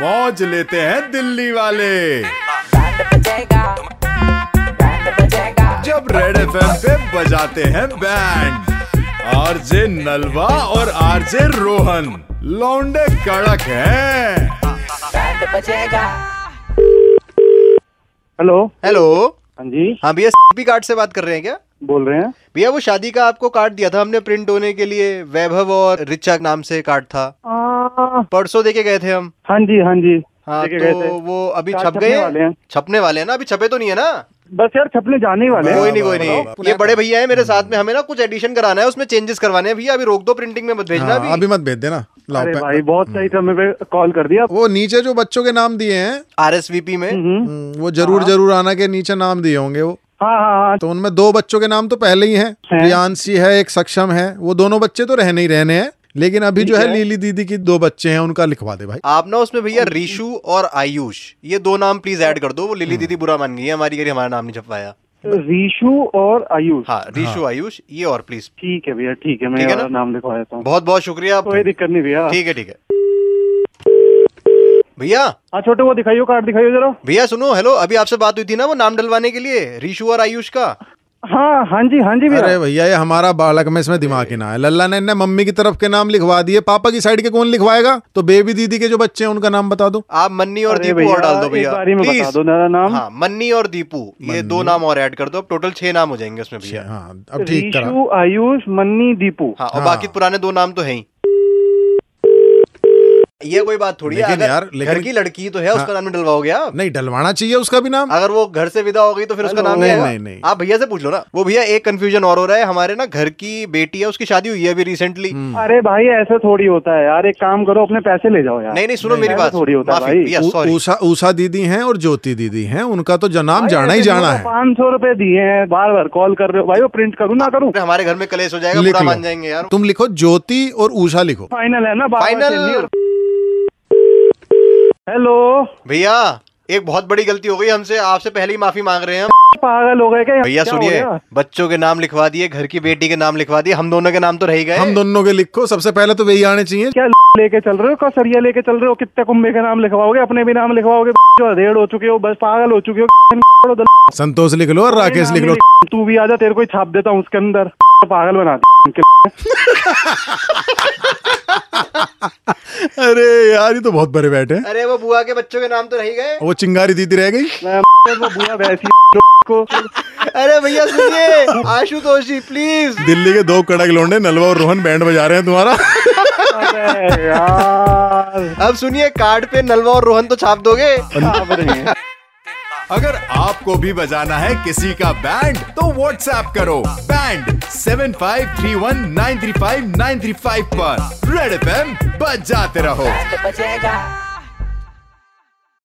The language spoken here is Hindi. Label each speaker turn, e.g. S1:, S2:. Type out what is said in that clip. S1: मौज लेते हैं दिल्ली वाले जब रेड एफ पे बजाते हैं बैंड आरजे नलवा और आरजे रोहन लौंडे कड़क हैं
S2: हेलो
S3: हेलो
S2: हाँ जी
S3: हाँ भैया सीपी कार्ड से बात कर रहे हैं क्या
S2: बोल रहे हैं
S3: भैया वो शादी का आपको कार्ड दिया था हमने प्रिंट होने के लिए वैभव और रिचा नाम से कार्ड था
S2: आ,
S3: परसों देके गए थे हम
S2: हाँ जी हाँ जी
S3: हाँ
S2: देखे गए थे।
S3: तो वो अभी
S2: कार्ड
S3: छप
S2: छपने
S3: गए
S2: वाले
S3: हैं
S2: हैं।
S3: छपने वाले हैं ना अभी छपे तो नहीं है ना
S2: बस यार छपने जाने ही वाले हैं।
S3: कोई नहीं कोई नहीं ये बड़े भैया है मेरे साथ में हमें ना कुछ एडिशन कराना है उसमें चेंजेस करवाने हैं भैया अभी रोक दो प्रिंटिंग में मत भेजना
S4: हाँ,
S3: अभी
S4: अभी मत भेज देना लाओ
S2: अरे
S4: पे-
S2: भाई बहुत सही समय पे कॉल कर
S3: हम्म,
S2: दिया
S4: वो नीचे जो बच्चों के नाम दिए हैं
S3: आर एस वी पी में
S2: हम्म,
S4: हम्म, वो जरूर जरूर आना के नीचे नाम दिए होंगे वो
S2: हाँ हाँ हाँ
S4: तो उनमें दो बच्चों के नाम तो पहले ही हैं
S2: हैं।
S4: प्रियांशी है एक सक्षम है वो दोनों बच्चे तो रहने ही रहने हैं लेकिन अभी जो है लीली दीदी की दो बच्चे हैं उनका लिखवा दे भाई
S3: आप ना उसमें भैया रीशु और आयुष ये दो नाम प्लीज ऐड कर दो वो लिली दीदी बुरा मान गई है हमारी करी हमारा नाम नहीं छपवाया
S2: रीशु और आयुष
S3: हाँ रीशु आयुष ये और प्लीज
S2: ठीक है भैया ठीक है मैं
S3: ठीक है
S2: वाला
S3: ना?
S2: नाम लिखवा देता हूँ
S3: बहुत बहुत शुक्रिया आप
S2: कोई दिक्कत नहीं भैया
S3: ठीक है ठीक है भैया
S2: हाँ छोटे वो दिखाइयो कार्ड दिखाइयो जरा
S3: भैया सुनो हेलो अभी आपसे बात हुई थी ना वो नाम डलवाने के लिए रीशु और आयुष का
S2: हाँ हाँ जी हाँ जी
S4: अरे
S2: भैया
S4: भैया ये हमारा बालक में इसमें दिमाग ही ना है लल्ला ने इनने मम्मी की तरफ के नाम लिखवा दिए पापा की साइड के कौन लिखवाएगा तो बेबी दीदी के जो बच्चे हैं उनका नाम बता दो
S3: आप मन्नी और
S2: अरे
S3: दीपू
S2: भैया,
S3: और डाल दो
S2: एक
S3: भैया
S2: बारी में बता
S3: Please.
S2: दो मेरा नाम।
S3: हाँ मन्नी और दीपू ये दो नाम और ऐड कर दो अब टोटल छह नाम हो जाएंगे उसमें भैया
S4: हाँ अब ठीक करा
S2: रीशु आयुष मन्नी दीपू
S3: हाँ और
S4: हाँ।
S3: बाकी पुराने दो नाम तो है ही ये कोई बात थोड़ी है
S4: लेकिन
S3: अगर
S4: यार,
S3: घर
S4: लेकिन-
S3: की लड़की तो है उसका नाम नहीं डलवाओगे आप
S4: नहीं डलवाना चाहिए उसका भी नाम
S3: अगर वो घर से विदा हो गई तो फिर उसका नाम
S4: नहीं,
S3: होगा।
S4: नहीं, नहीं।
S3: आप भैया से पूछ लो ना वो भैया एक कंफ्यूजन और हो रहा है हमारे ना घर की बेटी है उसकी शादी हुई है अभी रिसेंटली
S2: अरे भाई ऐसा थोड़ी होता है यार एक काम करो अपने पैसे ले जाओ यार
S3: नहीं नहीं सुनो
S2: नहीं,
S3: मेरी
S2: ऐसा
S3: बात
S2: थोड़ी होता है
S3: माफी
S2: भाई।
S3: भैया
S4: ऊ-
S3: सॉरी
S4: ऊषा ऊषा दीदी हैं और ज्योति दीदी हैं उनका तो ज- नाम जाना ही जाना है
S2: पाँच सौ रूपए दिए हैं बार बार कॉल कर रहे हो भाई वो प्रिंट करूँ ना करूँ
S3: अरे हमारे घर में कलेश हो जाएगा
S4: लिख
S3: बुरा
S4: लो।
S3: मान जाएंगे यार
S4: तुम लिखो ज्योति और ऊषा लिखो
S2: फाइनल है ना बार बार
S3: Final-
S2: चेंज नहीं होता। हेलो
S3: भैया एक बहुत बड़ी गलती हो गई हमसे आपसे पहले ही माफी मांग रहे हैं हम।
S2: पागल हो गए क्या
S3: भैया
S2: क्या हो
S3: सुनिए
S2: गया?
S3: बच्चों के नाम लिखवा दिए घर की बेटी के नाम लिखवा दिए हम दोनों के नाम तो रह ही गए
S4: हम दोनों के लिखो सबसे पहले तो वही आने चाहिए
S2: क्या लेके चल रहे हो कसरिया लेके चल रहे हो कितने कुंभे के नाम लिखवाओगे अपने भी नाम लिखवाओगे जो अधेड़ हो चुके हो बस पागल हो चुके हो
S4: संतोष लिख लो और राकेश
S2: नाम
S4: लिख
S2: ही
S4: लो
S2: लिख- तू भी आजा तेरे को ही छाप देता हूँ उसके अंदर पागल बना दे
S4: अरे यार ये तो बहुत बड़े बैठे हैं
S3: अरे वो बुआ के बच्चों के नाम तो रह ही गए
S4: वो चिंगारी दीदी रह गई
S2: मैं वो बुरा वैसी को
S3: अरे भैया सुनिए आशुतोष जी प्लीज
S4: दिल्ली के दो कड़क लोंडे नलवा और रोहन बैंड बजा रहे हैं तुम्हारा
S2: अरे यार
S3: अब सुनिए कार्ड पे नलवा और रोहन तो छाप दोगे
S2: छाप रहे हैं
S1: अगर आपको भी बजाना है किसी का बैंड तो व्हाट्सएप करो बैंड 7531935935 पर रेड एफ बजाते रहो
S5: बचेगा